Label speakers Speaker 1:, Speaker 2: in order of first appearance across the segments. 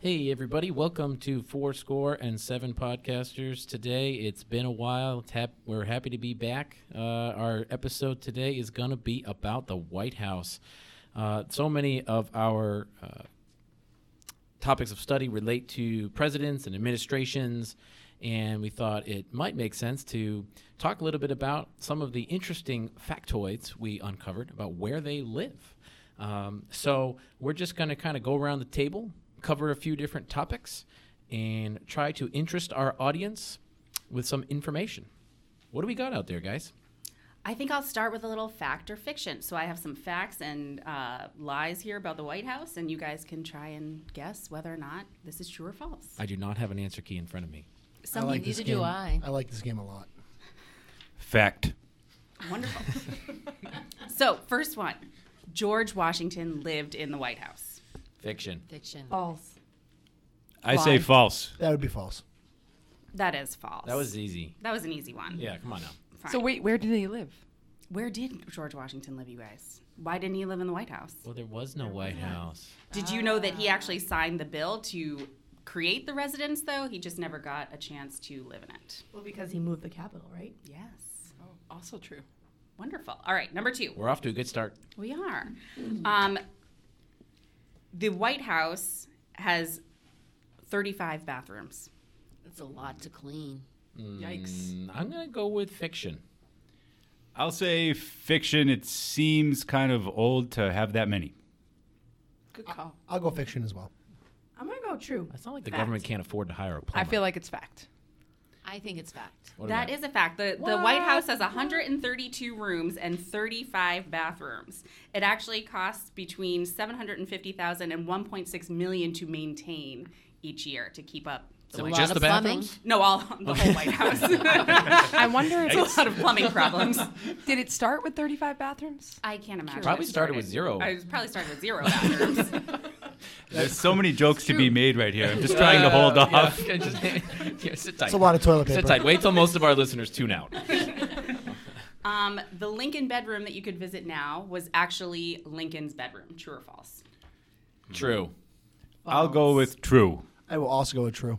Speaker 1: Hey, everybody, welcome to Four Score and Seven Podcasters. Today, it's been a while. It's hap- we're happy to be back. Uh, our episode today is going to be about the White House. Uh, so many of our uh, topics of study relate to presidents and administrations, and we thought it might make sense to talk a little bit about some of the interesting factoids we uncovered about where they live. Um, so we're just going to kind of go around the table, cover a few different topics, and try to interest our audience with some information. What do we got out there, guys?
Speaker 2: I think I'll start with a little fact or fiction. So I have some facts and uh, lies here about the White House, and you guys can try and guess whether or not this is true or false.
Speaker 1: I do not have an answer key in front of me.
Speaker 3: I
Speaker 4: Something
Speaker 3: like this
Speaker 4: neither
Speaker 3: game.
Speaker 4: do I.
Speaker 3: I like this game a lot.
Speaker 5: Fact.
Speaker 2: Wonderful. so, first one George Washington lived in the White House.
Speaker 1: Fiction.
Speaker 4: Fiction.
Speaker 6: False.
Speaker 5: I say
Speaker 6: Lie.
Speaker 5: false.
Speaker 3: That would be false.
Speaker 2: That is false.
Speaker 1: That was easy.
Speaker 2: that was an easy one.
Speaker 1: Yeah, come on now.
Speaker 2: Fine.
Speaker 6: So wait, where did he live?
Speaker 2: where did George Washington live, you guys? Why didn't he live in the White House?
Speaker 1: Well, there was no White House.
Speaker 2: Did you know that he actually
Speaker 6: Ah.
Speaker 2: signed the bill to create the residence, though? He just never got a chance to live in it.
Speaker 6: Well, because he moved the capital, right?
Speaker 2: Yes.
Speaker 6: Oh, also true.
Speaker 2: Wonderful. All right, number two.
Speaker 1: We're off to a good start.
Speaker 2: We are. Um, the White House has 35 bathrooms.
Speaker 4: That's a lot to clean.
Speaker 6: Yikes.
Speaker 1: Mm, I'm going to go with fiction.
Speaker 5: I'll say fiction. It seems kind of old to have that many.
Speaker 6: Good call.
Speaker 3: I'll go fiction as well.
Speaker 6: I'm gonna go true.
Speaker 1: It's not like the
Speaker 2: Fact.
Speaker 1: government can't afford to hire a plumber.
Speaker 6: I feel like it's fact.
Speaker 4: I think it's fact.
Speaker 1: What
Speaker 2: That
Speaker 1: about-
Speaker 2: is a fact. The, the
Speaker 6: What?
Speaker 2: White House has 132 rooms and 35 bathrooms. It actually costs between 750,000 and 1.6 million to maintain each year to keep up.
Speaker 1: Is it
Speaker 4: a
Speaker 2: White-
Speaker 4: lot
Speaker 1: just
Speaker 4: of
Speaker 1: the
Speaker 4: plumbing.
Speaker 1: bathrooms?
Speaker 2: no, all the whole White House. it's
Speaker 6: I wonder
Speaker 2: a
Speaker 6: if
Speaker 2: lot of plumbing problems.
Speaker 6: did it start with 35 bathrooms?
Speaker 2: I can't imagine.
Speaker 1: Probably
Speaker 2: it
Speaker 1: started with zero.
Speaker 2: I was probably started with zero bathrooms.
Speaker 5: There's so many jokes to be made right here. I'm just trying to hold
Speaker 1: Uh, yeah,
Speaker 5: off.
Speaker 1: okay, just- yeah, sit tight.
Speaker 3: It's a lot of toilet paper.
Speaker 1: Sit tight. Wait till most of our listeners tune out.
Speaker 2: Um, the Lincoln bedroom that you could visit now was actually Lincoln's bedroom. True or false?
Speaker 1: True.
Speaker 5: I'll go with true.
Speaker 3: I will also go with true.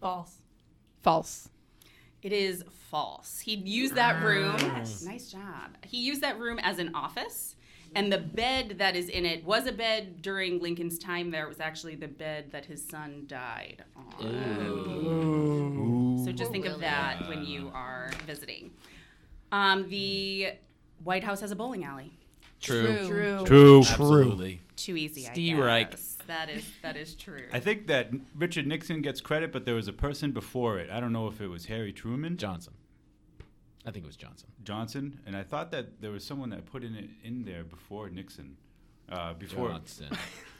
Speaker 6: False. False.
Speaker 2: It is false. He used that
Speaker 1: Ah.
Speaker 2: room. Nice job. He used that room as an office, and the bed that is in it was a bed during Lincoln's time there. It was actually the bed that his son died on. So just think of that when you are visiting. Um, the White House has a bowling alley.
Speaker 1: True.
Speaker 6: True.
Speaker 5: True.
Speaker 1: Absolutely.
Speaker 2: Too easy. I
Speaker 1: Steve Reich.
Speaker 2: guess. That is that is true.
Speaker 5: I think that Richard Nixon gets credit, but there was a person before it. I don't know if it was Harry Truman
Speaker 1: Johnson. I think it was Johnson.
Speaker 5: Johnson, and I thought that there was someone that put in it in there before Nixon. Uh, before
Speaker 1: Johnson.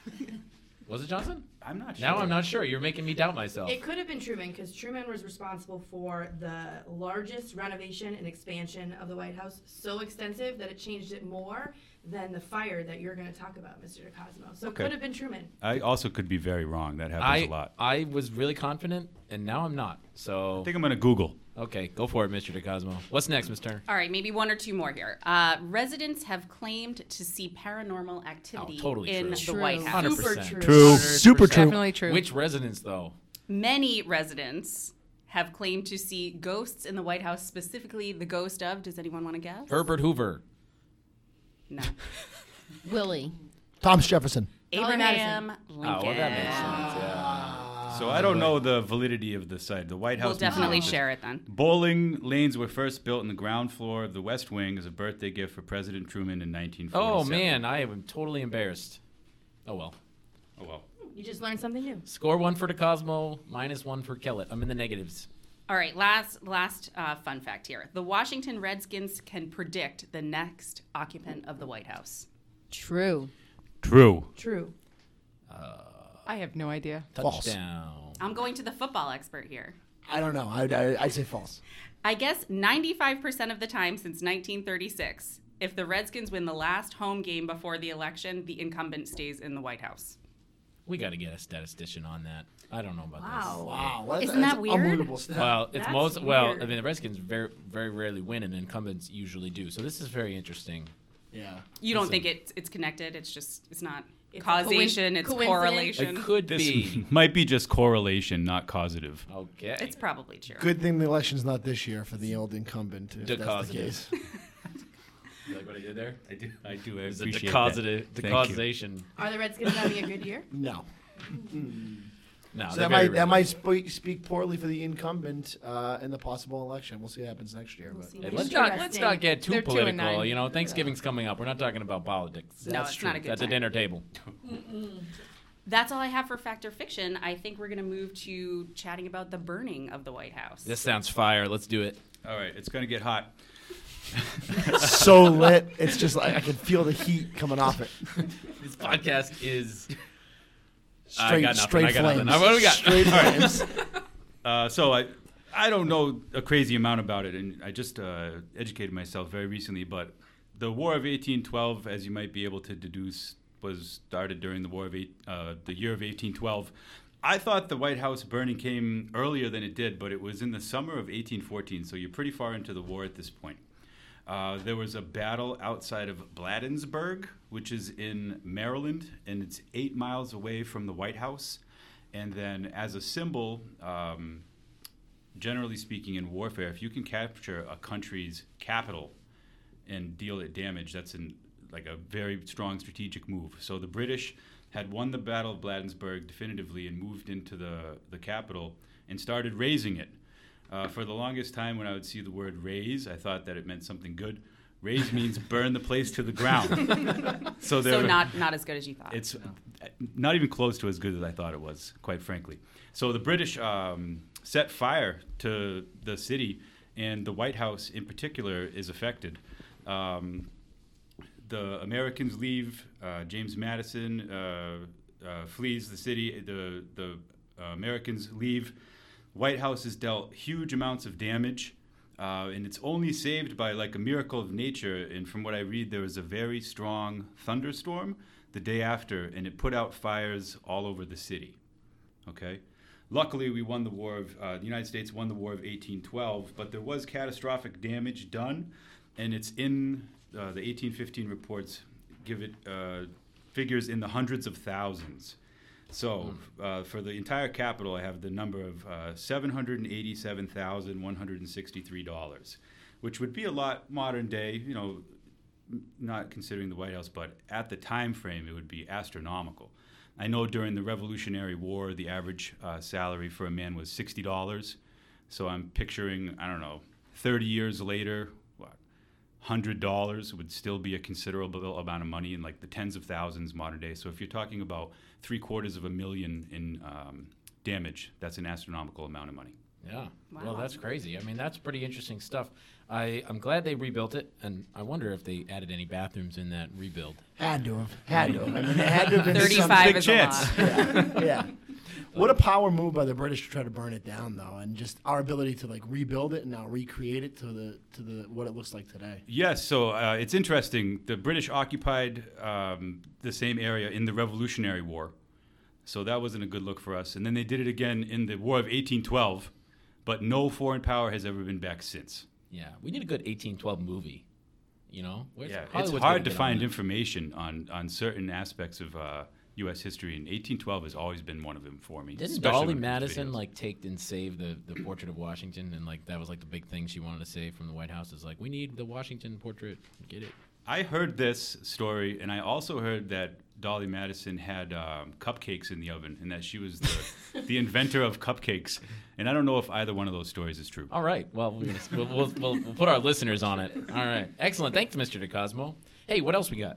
Speaker 1: was it Johnson?
Speaker 5: I'm not sure.
Speaker 1: Now I'm not sure. You're making me doubt myself.
Speaker 7: It could have been Truman because Truman was responsible for the largest renovation and expansion of the White House, so extensive that it changed it more than the fire that you're going to talk about, Mr. DeCosmo. So
Speaker 5: Okay.
Speaker 7: it could have been Truman.
Speaker 5: I also could be very wrong. That happens a
Speaker 1: I
Speaker 5: lot.
Speaker 1: I was really confident, and now I'm not. So
Speaker 5: I think I'm gonna Google.
Speaker 1: okay, go for it, Mr. DeCosmo. What's next, Mr. Turner?
Speaker 2: All right, maybe one or two more here. Uh, residents have claimed to see paranormal activity
Speaker 1: Oh, totally
Speaker 2: in
Speaker 1: true.
Speaker 2: the
Speaker 4: True.
Speaker 2: White House.
Speaker 1: 100%.
Speaker 7: Super true.
Speaker 5: True.
Speaker 3: Super true.
Speaker 6: Definitely true.
Speaker 1: Which residence though?
Speaker 2: Many residents have claimed to see ghosts in the White House, specifically the ghost of. Does anyone want to guess?
Speaker 1: Herbert Hoover.
Speaker 2: No.
Speaker 4: Willie.
Speaker 3: Thomas Jefferson.
Speaker 2: Abraham Lincoln.
Speaker 1: Oh, well, that makes sense. Yeah.
Speaker 5: So I don't know the validity of the site. The White
Speaker 2: We'll
Speaker 5: House.
Speaker 2: definitely
Speaker 5: Museum.
Speaker 2: share it then.
Speaker 5: Bowling lanes were first built in the ground floor of the West Wing as a birthday gift for President Truman in 1947.
Speaker 1: Oh man, I am totally embarrassed. Oh well.
Speaker 5: Oh well.
Speaker 7: You just learned something new.
Speaker 1: Score one for DeCosmo, minus one for Kellett. I'm in the negatives.
Speaker 2: All right, last last uh, fun fact here: the Washington Redskins can predict the next occupant of the White House.
Speaker 4: True.
Speaker 5: True.
Speaker 7: True.
Speaker 6: I have no idea.
Speaker 3: False.
Speaker 1: Touchdown.
Speaker 2: I'm going to the football expert here.
Speaker 3: I don't know. I, I, I'd say false.
Speaker 2: I guess 95% of the time since 1936, if the Redskins win the last home game before the election, the incumbent stays in the White House.
Speaker 1: We got to get a statistician on that. I don't know about
Speaker 7: Wow.
Speaker 3: Wow. what-
Speaker 2: Isn't
Speaker 3: that's
Speaker 2: that weird?
Speaker 3: Unbelievable stuff.
Speaker 1: this. Well, it's
Speaker 7: That's
Speaker 1: most well. I
Speaker 7: weird.
Speaker 1: mean, the Redskins very very rarely win, and incumbents usually do. So this is very interesting.
Speaker 3: yeah.
Speaker 2: You don't
Speaker 1: Listen.
Speaker 2: think it's it's connected? It's just it's not.
Speaker 7: It's a
Speaker 2: causation,
Speaker 7: coin-
Speaker 2: it's
Speaker 7: coincidence.
Speaker 2: correlation.
Speaker 1: It could
Speaker 5: This
Speaker 1: be.
Speaker 5: might be just correlation, not causative.
Speaker 1: Okay.
Speaker 2: It's probably true.
Speaker 3: Good thing the election's not this year for the old incumbent. If
Speaker 1: The
Speaker 3: that's the
Speaker 1: causative.
Speaker 3: case.
Speaker 1: You like what I did there?
Speaker 5: I do. I do. I
Speaker 1: It's
Speaker 5: appreciate
Speaker 1: the
Speaker 5: that.
Speaker 1: causative, the
Speaker 5: Thank you.
Speaker 1: causation.
Speaker 7: Are the Redskins having a good year?
Speaker 3: No.
Speaker 1: No,
Speaker 3: So
Speaker 1: they're
Speaker 3: that
Speaker 1: very
Speaker 3: might that
Speaker 1: relevant.
Speaker 3: might speak, speak poorly for the incumbent uh, in the possible election. We'll see what happens next year. But
Speaker 7: see.
Speaker 1: And let's not let's
Speaker 7: Interesting.
Speaker 1: not get too
Speaker 6: They're two and
Speaker 1: political.
Speaker 6: nine.
Speaker 1: You know, Thanksgiving's coming up. We're not talking about politics.
Speaker 2: No, That's it's not true. a good
Speaker 1: At the
Speaker 2: time.
Speaker 1: dinner table.
Speaker 2: That's all I have for fact or fiction. I think we're going to move to chatting about the burning of the White House.
Speaker 1: This sounds fire. Let's do it.
Speaker 5: All right, it's gonna get hot.
Speaker 3: so lit, it's just like I can feel the heat coming off it.
Speaker 1: This podcast is.
Speaker 3: Straight,
Speaker 1: I got nothing.
Speaker 3: straight
Speaker 1: I got
Speaker 3: flames.
Speaker 1: nothing. What do we got?
Speaker 3: Straight flames.
Speaker 5: Uh, so I, I don't know a crazy amount about it, and I just uh, educated myself very recently. But the War of 1812, as you might be able to deduce, was started during the War of eight, uh, the year of 1812. I thought the White House burning came earlier than it did, but it was in the summer of 1814. So you're pretty far into the war at this point. Uh, there was a battle outside of Bladensburg, which is in Maryland, and it's eight miles away from the White House. And then, as a symbol, um, generally speaking, in warfare, if you can capture a country's capital and deal it damage, that's an, like a very strong strategic move. So the British had won the Battle of Bladensburg definitively and moved into the, the capital and started raising it. Uh, for the longest time, when I would see the word raise, I thought that it meant something good. Raise means burn the place to the ground. so, there
Speaker 2: so
Speaker 5: were-
Speaker 2: not not as good as you thought.
Speaker 5: it's not even close to as good as I thought it was, quite frankly. So the British um, set fire to the city, and the White House in particular is affected. Um, the Americans leave. Uh, James Madison uh, uh, flees the city. The the uh, Americans leave. White House has dealt huge amounts of damage, uh, and it's only saved by like a miracle of nature. And from what I read, there was a very strong thunderstorm the day after, and it put out fires all over the city. Okay. Luckily, we won the war of uh, the United States won the war of 1812, but there was catastrophic damage done, and it's in uh, the 1815 reports give it uh, figures in the hundreds of thousands. So uh, for the entire capital, I have the number of uh, seven hundred and eighty-seven thousand one hundred and sixty-three dollars, which would be a lot modern day. You know, not considering the White House, but at the time frame, it would be astronomical. I know during the Revolutionary War, the average uh, salary for a man was sixty dollars. So I'm picturing, I don't know, thirty years later, what, hundred dollars would still be a considerable amount of money in like the tens of thousands modern day. So if you're talking about three quarters of a million in um, damage, that's an astronomical amount of money.
Speaker 1: Yeah. Well,
Speaker 2: Wow.
Speaker 1: that's crazy. I mean, that's pretty interesting stuff. I I'm glad they rebuilt it, and I wonder if they added any bathrooms in that rebuild.
Speaker 3: Had to have. Had to have. I mean, it had to have been something-
Speaker 2: 35 is a
Speaker 5: chance.
Speaker 2: lot.
Speaker 3: Yeah. yeah. What a power move by the British to try to burn it down, though, and just our ability to like rebuild it and now recreate it to the to the what it looks like today.
Speaker 5: Yes, so uh, it's interesting. The British occupied um, the same area in the Revolutionary War, so that wasn't a good look for us. And then they did it again in the War of 1812, but no foreign power has ever been back since.
Speaker 1: Yeah. We need a good 1812 movie. You know, Where's
Speaker 5: Yeah, it's
Speaker 1: Hollywood's gotta
Speaker 5: hard to
Speaker 1: get on
Speaker 5: find
Speaker 1: that.
Speaker 5: information on, on certain aspects of uh, U.S. history, and 1812 has always been one of them for me.
Speaker 1: Didn't
Speaker 5: especially
Speaker 1: Dolly
Speaker 5: when it comes to
Speaker 1: Madison
Speaker 5: videos.
Speaker 1: like take and save the, the portrait of Washington and like that was like the big thing she wanted to save from the White House is like we need the Washington portrait get it
Speaker 5: I heard this story, and I also heard that Dolly Madison had um, cupcakes in the oven, and that she was the, the inventor of cupcakes. And I don't know if either one of those stories is true.
Speaker 1: all right well we're gonna, we'll, we'll, we'll, we'll put our listeners on it all right excellent thanks Mr. DeCosmo hey what else we got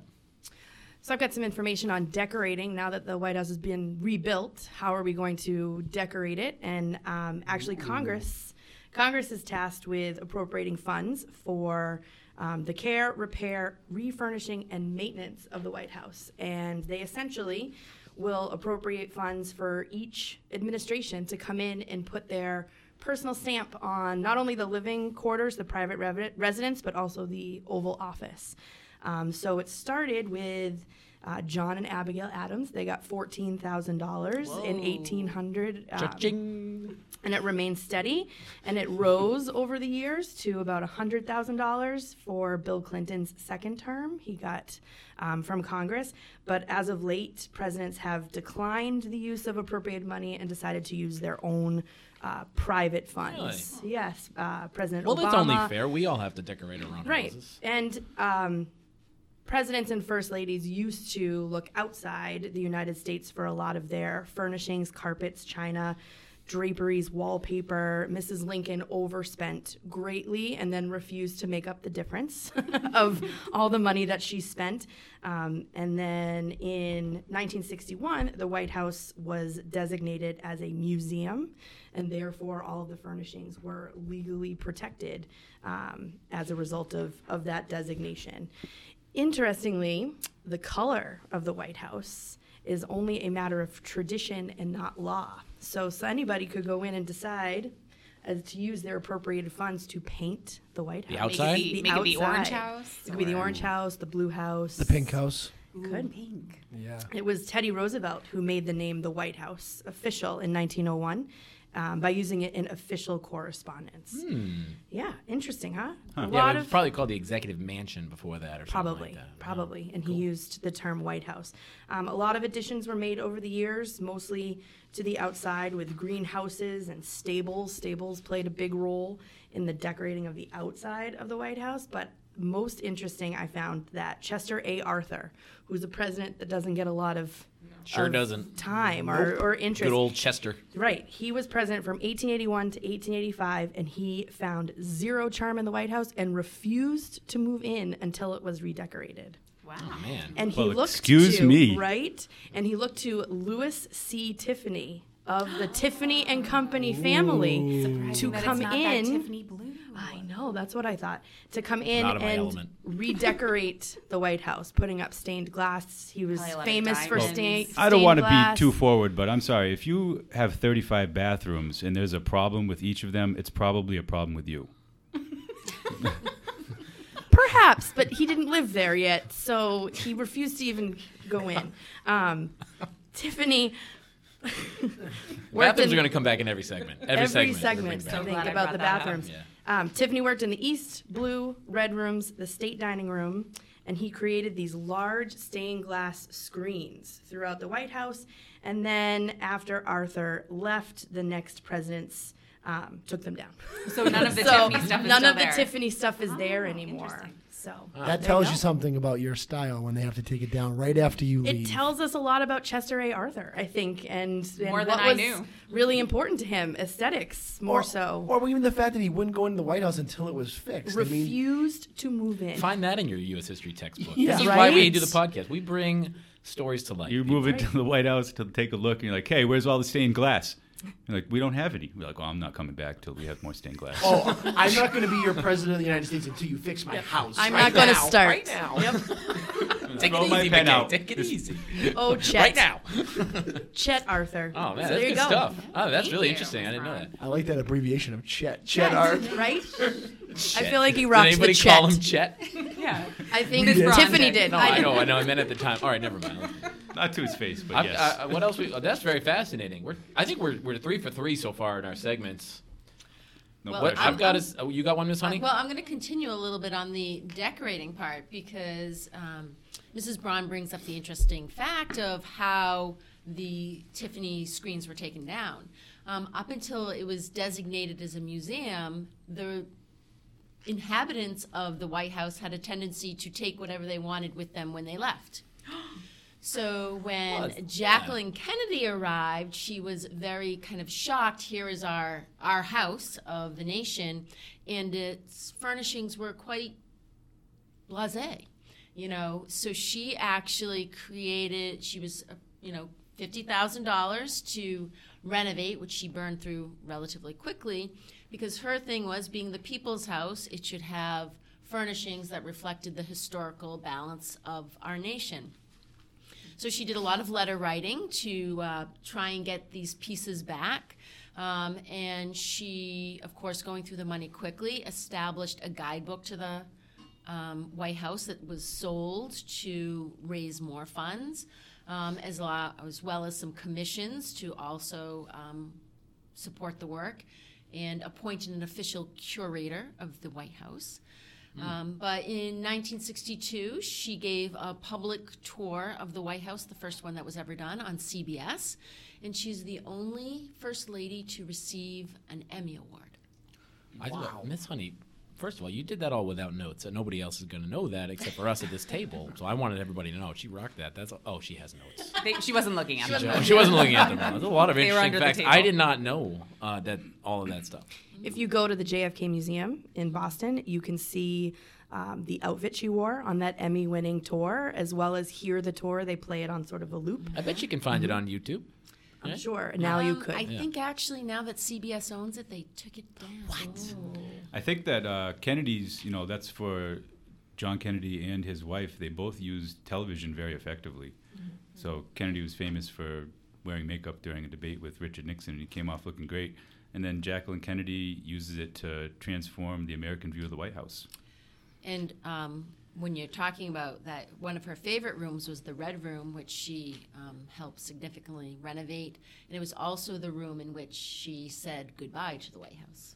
Speaker 7: So I've got some information on decorating now that the White House has been rebuilt. How are we going to decorate it? And um, actually, Congress Congress is tasked with appropriating funds for um, the care, repair, refurnishing, and maintenance of the White House. And they essentially will appropriate funds for each administration to come in and put their personal stamp on not only the living quarters, the private revi- residence, but also the Oval Office. Um, so it started with uh, John and Abigail Adams. They got fourteen thousand dollars in eighteen hundred, um, and it remained steady. And it rose over the years to about hundred thousand dollars for Bill Clinton's second term. He got um, from Congress, but as of late, presidents have declined the use of appropriated money and decided to use their own. Uh, private funds. Yes, uh, President
Speaker 1: Well,
Speaker 7: Obama.
Speaker 1: that's only fair. We all have to decorate our own
Speaker 7: Right.
Speaker 1: houses.
Speaker 7: And um, presidents and first ladies used to look outside the United States for a lot of their furnishings, carpets, china, draperies, wallpaper. Mrs. Lincoln overspent greatly and then refused to make up the difference of all the money that she spent. Um, and then in 1961, the White House was designated as a museum, and therefore all of the furnishings were legally protected um, as a result of, of that designation. Interestingly, the color of the White House is only a matter of tradition and not law. So, so anybody could go in and decide as to use their appropriated funds to paint the White House.
Speaker 2: Make
Speaker 1: Outside?
Speaker 2: it the, make it the orange
Speaker 7: outside.
Speaker 2: house.
Speaker 7: It could be the orange house, the blue house,
Speaker 3: The pink house.
Speaker 7: Could be.
Speaker 2: Pink.
Speaker 3: Yeah.
Speaker 7: It was Teddy Roosevelt who made the name the White House official in 1901 um, by using it in official correspondence. Yeah, interesting, huh? A
Speaker 1: Yeah,
Speaker 7: lot
Speaker 1: it was
Speaker 7: of
Speaker 1: probably called the executive mansion before that, or
Speaker 7: probably,
Speaker 1: something like that.
Speaker 7: probably, and he used the term White House. Um, a lot of additions were made over the years, mostly to the outside with greenhouses and stables. Stables played a big role in the decorating of the outside of the White House, but most interesting, I found that Chester A. Arthur, who's a president that doesn't get a lot of
Speaker 1: Sure
Speaker 7: of
Speaker 1: doesn't.
Speaker 7: time or, or interest.
Speaker 1: Good old Chester.
Speaker 7: Right. He was president from 1881 to 1885, and he found zero charm in the White House and refused to move in until it was redecorated.
Speaker 2: Wow.
Speaker 1: Man.
Speaker 7: And he
Speaker 5: Well,
Speaker 7: looked
Speaker 5: excuse
Speaker 7: to,
Speaker 5: me.
Speaker 7: right, and he looked to Louis C. Tiffany of the Tiffany and Company family to come in.
Speaker 2: Blue.
Speaker 7: I know, that's what I thought. To come in
Speaker 1: Not in my
Speaker 7: and
Speaker 1: element.
Speaker 7: redecorate the White House, putting up stained glass. He was
Speaker 2: Probably a lot of
Speaker 7: famous for
Speaker 2: diamonds.
Speaker 7: stain- stained
Speaker 5: I don't want to be
Speaker 7: glass.
Speaker 5: too forward, but I'm sorry. If you have 35 bathrooms and there's a problem with each of them, it's probably a problem with you.
Speaker 7: Perhaps, but he didn't live there yet, so he refused to even go in. Um, Tiffany worked
Speaker 1: Bathrooms
Speaker 7: in
Speaker 1: are going to come back in every segment. Every,
Speaker 7: every
Speaker 1: segment. they're
Speaker 7: segment.
Speaker 1: bringing back.
Speaker 7: Something
Speaker 2: glad I
Speaker 7: about the
Speaker 2: brought that up.
Speaker 7: bathrooms. Um, Tiffany worked in the East, Blue, Red Rooms, the State Dining Room, and he created these large stained glass screens throughout the White House. And then after Arthur left, the next presidents um, took them down.
Speaker 2: So none of the
Speaker 7: so
Speaker 2: Tiffany stuff is
Speaker 7: none
Speaker 2: still
Speaker 7: of
Speaker 2: there. Ah,
Speaker 7: the Tiffany stuff is there anymore.
Speaker 2: interesting.
Speaker 7: So
Speaker 3: That tells you something about your style when they have to take it down right after you
Speaker 7: it
Speaker 3: leave.
Speaker 7: tells us a lot about Chester A. Arthur, I think, and, and
Speaker 2: More than
Speaker 7: what
Speaker 2: I
Speaker 7: was
Speaker 2: knew.
Speaker 7: really important to him, aesthetics more so.
Speaker 3: Or even the fact that he wouldn't go into the White House until it was fixed. I mean,
Speaker 7: refused to move in.
Speaker 1: Find that in your U.S. history textbook.
Speaker 3: Yeah.
Speaker 1: this is why we
Speaker 7: Right.
Speaker 1: do the podcast. We bring stories to life.
Speaker 5: You move into the White House to take a look, and you're like, "Hey, where's all the stained glass?" You're like, "We don't have any." We're like, "Well, I'm not coming back till we have more stained glass."
Speaker 3: oh, I'm not going to be your president of the United States until you fix my house.
Speaker 7: I'm
Speaker 3: right
Speaker 7: not going to
Speaker 3: now,
Speaker 7: start.
Speaker 3: Right now.
Speaker 1: Take
Speaker 5: Throw
Speaker 1: it
Speaker 5: my
Speaker 1: easy,
Speaker 5: pen
Speaker 1: Mickey.
Speaker 5: out.
Speaker 1: Take it easy.
Speaker 7: Oh, Chet.
Speaker 1: Right now.
Speaker 7: Chet Arthur.
Speaker 1: Oh, man,
Speaker 7: So
Speaker 1: that's
Speaker 7: there
Speaker 1: good
Speaker 7: you go.
Speaker 1: stuff. Oh, that's
Speaker 2: Thank
Speaker 1: really
Speaker 2: you.
Speaker 1: interesting. I didn't know that.
Speaker 3: I like that abbreviation of Chet. Chet Arthur.
Speaker 7: Right? I
Speaker 1: Chet.
Speaker 7: feel like he
Speaker 1: Did
Speaker 7: rocked the
Speaker 1: anybody call
Speaker 7: Chet.
Speaker 1: him Chet?
Speaker 2: Yeah.
Speaker 7: I think
Speaker 2: Miss Bronte.
Speaker 7: Tiffany did.
Speaker 1: No, I know, I know. I meant at the time. All right, never mind.
Speaker 5: not to his face, but
Speaker 1: I,
Speaker 5: yes.
Speaker 1: I, I- what else? We, oh, that's very fascinating. We're, I think we're, we're three for three so far in our segments.
Speaker 5: no
Speaker 1: What
Speaker 5: question.
Speaker 1: I've got is oh, you got one, Miss Honey.
Speaker 4: Well, I'm going to continue a little bit on the decorating part because um, Mrs. Braun brings up the interesting fact of how the Tiffany screens were taken down. Um, up until it was designated as a museum, the inhabitants of the White House had a tendency to take whatever they wanted with them when they left. So when
Speaker 1: Well, it's-
Speaker 4: Jacqueline Kennedy arrived, she was very kind of shocked. Here is our our house of the nation, and its furnishings were quite blasé, you know. So she actually created. She was, uh, you know, fifty thousand dollars to renovate, which she burned through relatively quickly, because her thing was being the people's house. It should have furnishings that reflected the historical balance of our nation. So she did a lot of letter writing to uh, try and get these pieces back. Um, and she, of course, going through the money quickly, established a guidebook to the um, White House that was sold to raise more funds, um, as, lo- as well as some commissions to also um, support the work, and appointed an official curator of the White House. Um, but in 1962, she gave a public tour of the White House, the first one that was ever done on CBS, and she's the only First Lady to receive an Emmy Award.
Speaker 1: I wow. Miss Honey, first of all, you did that all without notes, and nobody else is going to know that except for us at this table. So I wanted everybody to know she rocked that. That's oh, she has notes.
Speaker 2: They, she wasn't looking at
Speaker 1: No,
Speaker 2: them.
Speaker 1: she wasn't looking at them. There's a lot of
Speaker 2: They were
Speaker 1: interesting
Speaker 2: under the
Speaker 1: facts.
Speaker 2: table.
Speaker 1: I did not know uh, that all of that stuff.
Speaker 7: If you go to the JFK Museum in Boston, you can see um, the outfit she wore on that Emmy winning tour, as well as hear the tour. They play it on sort of a loop.
Speaker 1: I bet you can find it on YouTube.
Speaker 7: I'm
Speaker 1: Yeah.
Speaker 7: sure now you
Speaker 4: Um,
Speaker 7: could.
Speaker 4: I think actually now that CBS owns it, they took it down. What?
Speaker 5: I think that uh, Kennedy's, you know, that's for John Kennedy and his wife. They both used television very effectively. So Kennedy was famous for wearing makeup during a debate with Richard Nixon, and he came off looking great. And then Jacqueline Kennedy uses it to transform the American view of the White House.
Speaker 4: And um, when you're talking about that, one of her favorite rooms was the Red Room, which she um, helped significantly renovate. And it was also the room in which she said goodbye to the White House.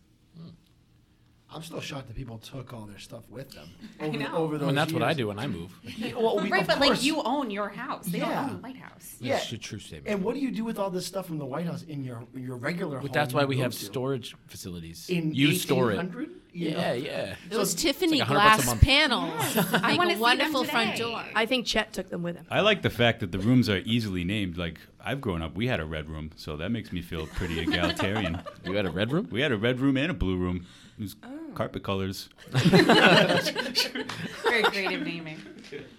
Speaker 3: I'm still shocked that people took all their stuff with them over, the, over those
Speaker 1: And that's what I
Speaker 3: years.
Speaker 1: do when I move.
Speaker 3: Yeah, well, we-
Speaker 2: Right,
Speaker 3: of
Speaker 2: but like
Speaker 3: course.
Speaker 2: you own your house. They
Speaker 3: Yeah.
Speaker 2: don't own the White House.
Speaker 3: Yeah.
Speaker 1: That's a true statement.
Speaker 3: And what do you do with all this stuff from the White House in your your regular home?
Speaker 1: But that's why
Speaker 3: you
Speaker 1: we
Speaker 3: go
Speaker 1: have
Speaker 3: to?
Speaker 1: storage facilities.
Speaker 3: In
Speaker 1: you store it.
Speaker 3: 1800?
Speaker 1: Yeah, yeah.
Speaker 4: Those
Speaker 3: it's-
Speaker 4: Tiffany
Speaker 1: like 100 bucks a
Speaker 4: glass
Speaker 1: month.
Speaker 4: panels
Speaker 2: wanna
Speaker 4: make
Speaker 2: see
Speaker 4: a
Speaker 2: them
Speaker 4: wonderful front
Speaker 2: today.
Speaker 4: door.
Speaker 7: I think Chet took them with him.
Speaker 5: I like the fact that the rooms are easily named. Like I've grown up, we had a red room, so that makes me feel pretty egalitarian.
Speaker 1: You had a red room?
Speaker 5: We had a red room and a blue room. It was carpet colors.
Speaker 2: Very creative naming.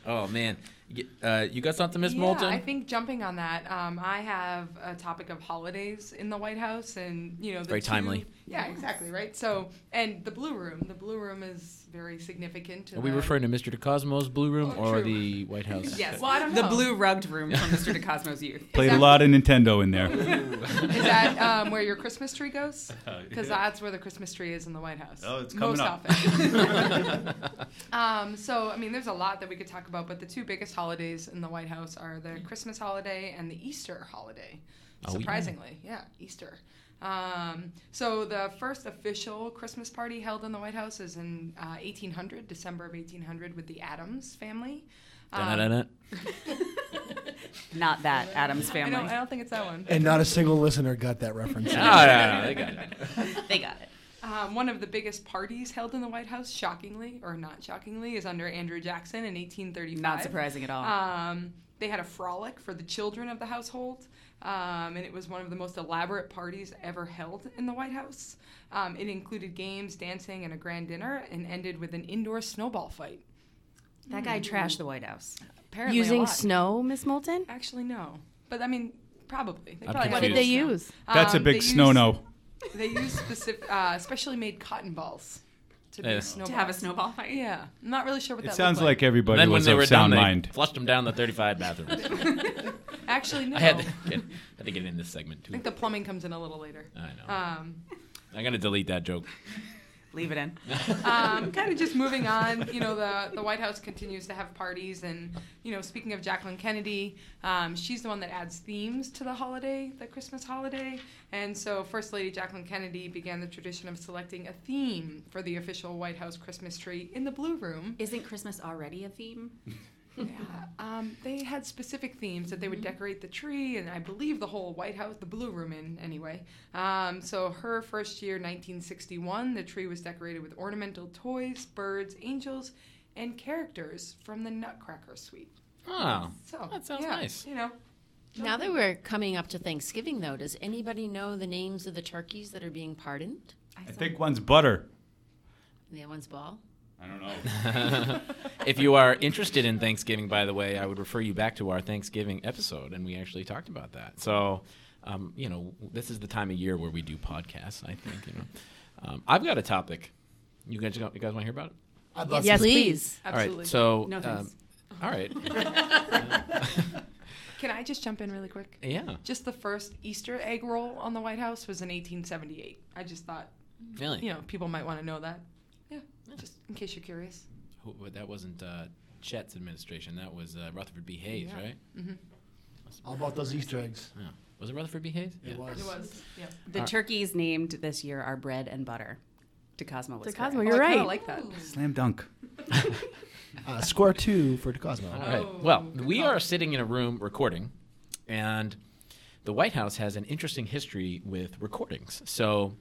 Speaker 1: Oh, man. Y- Uh, you got something, Miss
Speaker 6: yeah,
Speaker 1: Moulton?
Speaker 6: I think jumping on that, um, I have a topic of holidays in the White House, and you know, the
Speaker 1: Very
Speaker 6: two-
Speaker 1: timely.
Speaker 6: Yeah, exactly right. So, and the blue room, the blue room is very significant. To
Speaker 1: Are we
Speaker 6: the-
Speaker 1: referring to Mr. DeCosmo's blue room
Speaker 6: Oh,
Speaker 1: or
Speaker 6: true.
Speaker 1: the White House?
Speaker 6: Yes. Well, I don't
Speaker 2: The
Speaker 6: know.
Speaker 2: blue rugged room from Mr. DeCosmo's youth.
Speaker 5: Played a lot of Nintendo in there.
Speaker 6: Is that
Speaker 2: uh,
Speaker 6: um, where your Christmas tree goes? Because
Speaker 5: yeah.
Speaker 6: that's where the Christmas tree is in the White House.
Speaker 5: Oh, it's coming
Speaker 6: most
Speaker 5: up.
Speaker 6: often. um, so, I mean, there's a lot that we could talk about, but the two biggest holidays in the White House are the
Speaker 2: Mm.
Speaker 6: Christmas holiday and the Easter holiday.
Speaker 1: Oh, yeah.
Speaker 6: Surprisingly, yeah, Easter. Um, so the first official Christmas party held in the White House is in uh, 1800, December of 1800, with the Adams family. Um,
Speaker 1: Da-da-da-da.
Speaker 2: Not that Adams
Speaker 6: I
Speaker 2: family.
Speaker 6: don't, I don't think it's that one.
Speaker 3: And not a single listener got that reference.
Speaker 1: Ah, yeah, yeah, they got it.
Speaker 2: They got it.
Speaker 6: Um, one of the biggest parties held in the White House, shockingly or not shockingly, is under Andrew Jackson in 1835.
Speaker 2: Not surprising at all.
Speaker 5: Uh-huh.
Speaker 6: Um, they had a frolic for the children of the household, um, and it was one of the most elaborate parties ever held in the White House. Um, it included games, dancing, and a grand dinner, and ended with an indoor snowball fight.
Speaker 2: that guy trashed the White House.
Speaker 6: Apparently, a lot.
Speaker 7: snow, Miss Moulton?
Speaker 6: Actually, no, but I mean, probably. They
Speaker 1: I'm
Speaker 6: probably had
Speaker 1: What did
Speaker 6: a
Speaker 1: they
Speaker 6: little snow.
Speaker 5: That's a
Speaker 6: Um,
Speaker 5: big
Speaker 6: they
Speaker 5: snow
Speaker 6: used-
Speaker 5: no.
Speaker 6: They used specific, uh, specially made cotton balls to be
Speaker 1: Yeah.
Speaker 6: snowballs.
Speaker 2: To have a snowball fight.
Speaker 6: Yeah, I'm not really sure what
Speaker 5: It
Speaker 6: that
Speaker 5: sounds
Speaker 6: looked
Speaker 5: like everybody
Speaker 1: And then when
Speaker 5: was
Speaker 1: they
Speaker 5: of
Speaker 1: were done,
Speaker 5: sound
Speaker 1: they
Speaker 5: mind.
Speaker 1: flushed them down the 35 bathrooms.
Speaker 6: Actually, no.
Speaker 1: I
Speaker 6: I,
Speaker 1: had to, get, had to get in this segment, too.
Speaker 6: think the plumbing comes in a little later.
Speaker 1: I know.
Speaker 6: Um,
Speaker 1: I'm going to delete that joke.
Speaker 2: Leave it in.
Speaker 6: um, kind of just moving on, you know, the, the White House continues to have parties. And, you know, speaking of Jacqueline Kennedy, um, she's the one that adds themes to the holiday, the Christmas holiday. And so First Lady Jacqueline Kennedy began the tradition of selecting a theme for the official White House Christmas tree in the Blue Room.
Speaker 2: Isn't Christmas already a theme?
Speaker 6: Yeah, um, they had specific themes that they
Speaker 2: Mm-hmm.
Speaker 6: would decorate the tree, and I believe the whole White House, the Blue Room, in anyway. Um, so her first year, 1961, the tree was decorated with ornamental toys, birds, angels, and characters from the Nutcracker Suite.
Speaker 1: Oh,
Speaker 6: So
Speaker 1: that sounds
Speaker 6: yeah,
Speaker 1: nice.
Speaker 6: You know,
Speaker 4: Now that we're coming up to Thanksgiving, though, does anybody know the names of the turkeys that are being pardoned?
Speaker 5: I think one's butter.
Speaker 4: The one's ball.
Speaker 5: I don't know.
Speaker 1: If you are interested in Thanksgiving, by the way, I would refer you back to our Thanksgiving episode, and we actually talked about that. So, um, you know, this is the time of year where we do podcasts. I think you know. Um, I've got a topic. You guys, you guys want to hear about it?
Speaker 3: I'd love
Speaker 7: Yes,
Speaker 3: to.
Speaker 7: please.
Speaker 1: All right.
Speaker 6: absolutely.
Speaker 1: So,
Speaker 2: No
Speaker 1: um,
Speaker 2: thanks.
Speaker 1: all right. Uh,
Speaker 6: Can I just jump in really quick?
Speaker 1: Yeah.
Speaker 6: Just the first Easter egg roll on the White House was in 1878. I just thought,
Speaker 1: Really.
Speaker 6: you know, people might want to know that. Yeah, just in case you're curious.
Speaker 1: who, but that wasn't uh, Chet's administration. That was uh, Rutherford B. Hayes,
Speaker 6: Yeah.
Speaker 1: right?
Speaker 3: All about those Easter eggs.
Speaker 1: Yeah. Was it Rutherford B. Hayes?
Speaker 3: It was.
Speaker 6: It was. Yep.
Speaker 2: The
Speaker 1: All right.
Speaker 2: turkeys named this year are bread and butter. DeCosmo was
Speaker 8: DeCosmo,
Speaker 2: correct.
Speaker 8: You're
Speaker 6: I kinda
Speaker 8: right.
Speaker 6: like that.
Speaker 5: Slam dunk.
Speaker 3: Uh, score two for Cosmo.
Speaker 1: All right. Well, we are sitting in a room recording, and the White House has an interesting history with recordings. So,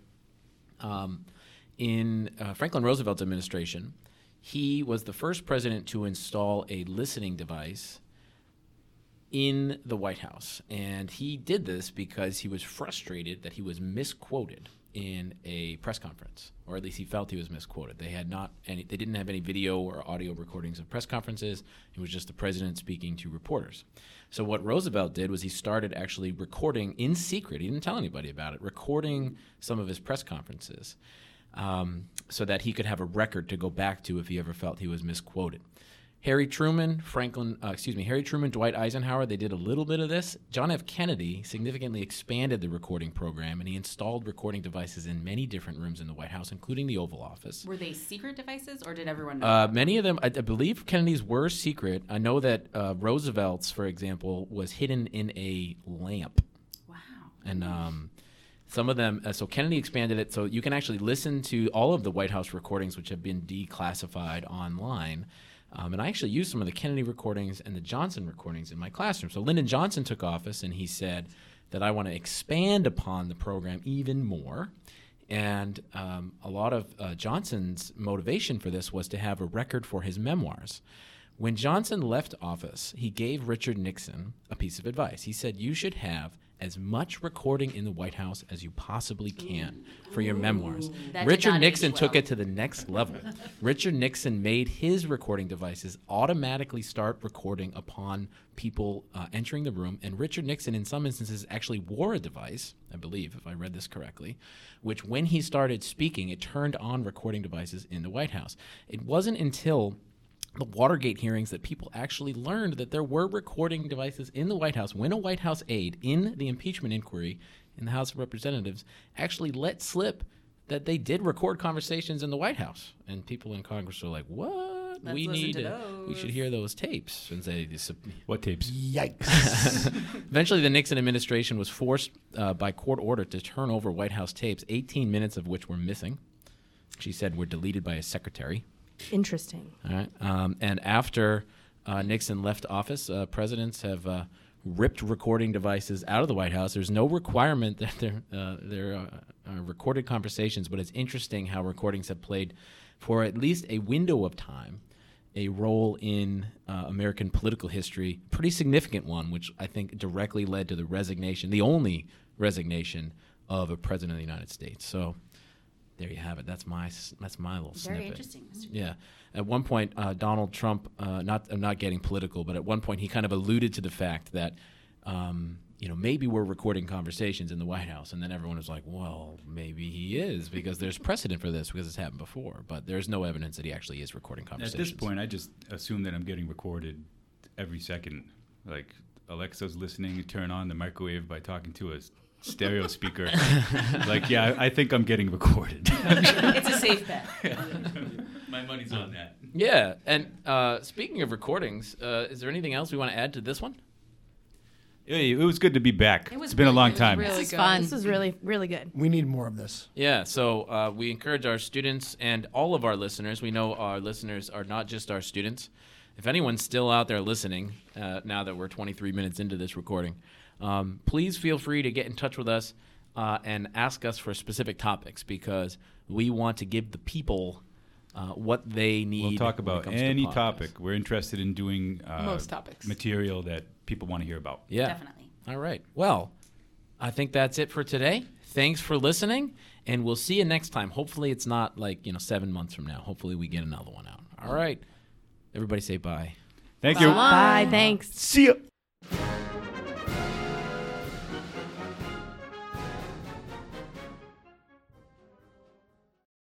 Speaker 1: um, in uh, Franklin Roosevelt's administration, he was the first president to install a listening device in the White House. And he did this because he was frustrated that he was misquoted in a press conference, or at least he felt he was misquoted. They had not any, they didn't have any video or audio recordings of press conferences. It was just the president speaking to reporters. So what Roosevelt did was he started actually recording in secret. He didn't tell anybody about it, recording some of his press conferences. Um, so that he could have a record to go back to if he ever felt he was misquoted. Harry Truman, Franklin, uh, excuse me, Harry Truman, Dwight Eisenhower, they did a little bit of this. John F. Kennedy significantly expanded the recording program and he installed recording devices in many different rooms in the White House, including the Oval Office.
Speaker 2: Were they secret devices or did everyone know?
Speaker 1: Uh, many of them, I, I believe Kennedy's were secret. I know that uh, Roosevelt's, for example, was hidden in a lamp
Speaker 2: wow.
Speaker 1: and um, some of them. Uh, so Kennedy expanded it, so you can actually listen to all of the White House recordings, which have been declassified online. Um, and I actually used some of the Kennedy recordings and the Johnson recordings in my classroom. So Lyndon Johnson took office, and he said that I want to expand upon the program even more. And um, a lot of uh, Johnson's motivation for this was to have a record for his memoirs. When Johnson left office, he gave Richard Nixon a piece of advice. He said, You should have as much recording in the White House as you possibly can for your memoirs.
Speaker 2: That did
Speaker 1: Richard
Speaker 2: not
Speaker 1: Nixon
Speaker 2: age
Speaker 1: took
Speaker 2: well.
Speaker 1: it to the next level. Richard Nixon made his recording devices automatically start recording upon people uh, entering the room. And Richard Nixon, in some instances, actually wore a device, I believe, if I read this correctly, which when he started speaking, it turned on recording devices in the White House. It wasn't until the Watergate hearings that people actually learned that there were recording devices in the White House when a White House aide in the impeachment inquiry in the House of Representatives actually let slip that they did record conversations in the White House. And people in Congress were like, what?
Speaker 2: Let's
Speaker 1: we
Speaker 2: listen
Speaker 1: need
Speaker 2: to
Speaker 1: we should
Speaker 2: those."
Speaker 1: hear those tapes. And they dis-
Speaker 5: What tapes?
Speaker 3: Yikes.
Speaker 1: Eventually, the Nixon administration was forced uh, by court order to turn over White House tapes, 18 minutes of which were missing. She said were deleted by his secretary.
Speaker 8: Interesting.
Speaker 1: All right. Um, and after uh, Nixon left office, uh, presidents have uh, ripped recording devices out of the White House. There's no requirement that there uh, there uh, are recorded conversations, but it's interesting how recordings have played for at least a window of time a role in uh, American political history, pretty significant one, which I think directly led to the resignation, the only resignation of a president of the United States. So there you have it. That's my s- that's my little
Speaker 2: Very
Speaker 1: snippet.
Speaker 2: interesting, Mr.
Speaker 1: Yeah. At one point, uh, Donald Trump, uh, not I'm not getting political, but at one point he kind of alluded to the fact that, um, you know, maybe we're recording conversations in the White House, and then everyone was like, well, maybe he is because there's precedent for this because it's happened before, but there's no evidence that he actually is recording
Speaker 5: At
Speaker 1: conversations.
Speaker 5: this point, I just assume that I'm getting recorded every second. Like Alexa's listening, turn on the microwave by talking to a s- stereo speaker. like, yeah, I I think I'm getting recorded.
Speaker 2: it's a safe bet.
Speaker 5: My money's on that.
Speaker 1: Yeah, and uh, speaking of recordings, uh, is there anything else we want to add to this one?
Speaker 5: Hey, it was good to be back. It has been a long time.
Speaker 6: Really
Speaker 8: This is
Speaker 6: good.
Speaker 8: fun. This is really, really good.
Speaker 3: we need more of this.
Speaker 1: Yeah, so uh, we encourage our students and all of our listeners. We know our listeners are not just our students. If anyone's still out there listening, uh, now that we're 23 minutes into this recording, um, please feel free to get in touch with us uh, and ask us for specific topics because we want to give the people uh, what they need.
Speaker 5: We'll talk
Speaker 1: when it
Speaker 5: about
Speaker 1: comes to
Speaker 5: any
Speaker 1: podcasts.
Speaker 5: topic. We're interested in doing uh,
Speaker 6: Most topics.
Speaker 5: material that people want to hear about.
Speaker 1: Yeah.
Speaker 2: Definitely.
Speaker 1: All right. Well, I think that's it for today. Thanks for listening, and we'll see you next time. Hopefully, it's not like, you know, seven months from now. Hopefully, we get another one out. All right. Everybody say bye.
Speaker 5: Thank you.
Speaker 8: Bye. Thanks.
Speaker 3: See ya.